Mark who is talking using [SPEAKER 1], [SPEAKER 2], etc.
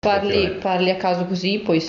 [SPEAKER 1] parli,
[SPEAKER 2] particolare.
[SPEAKER 1] parli a caso così, poi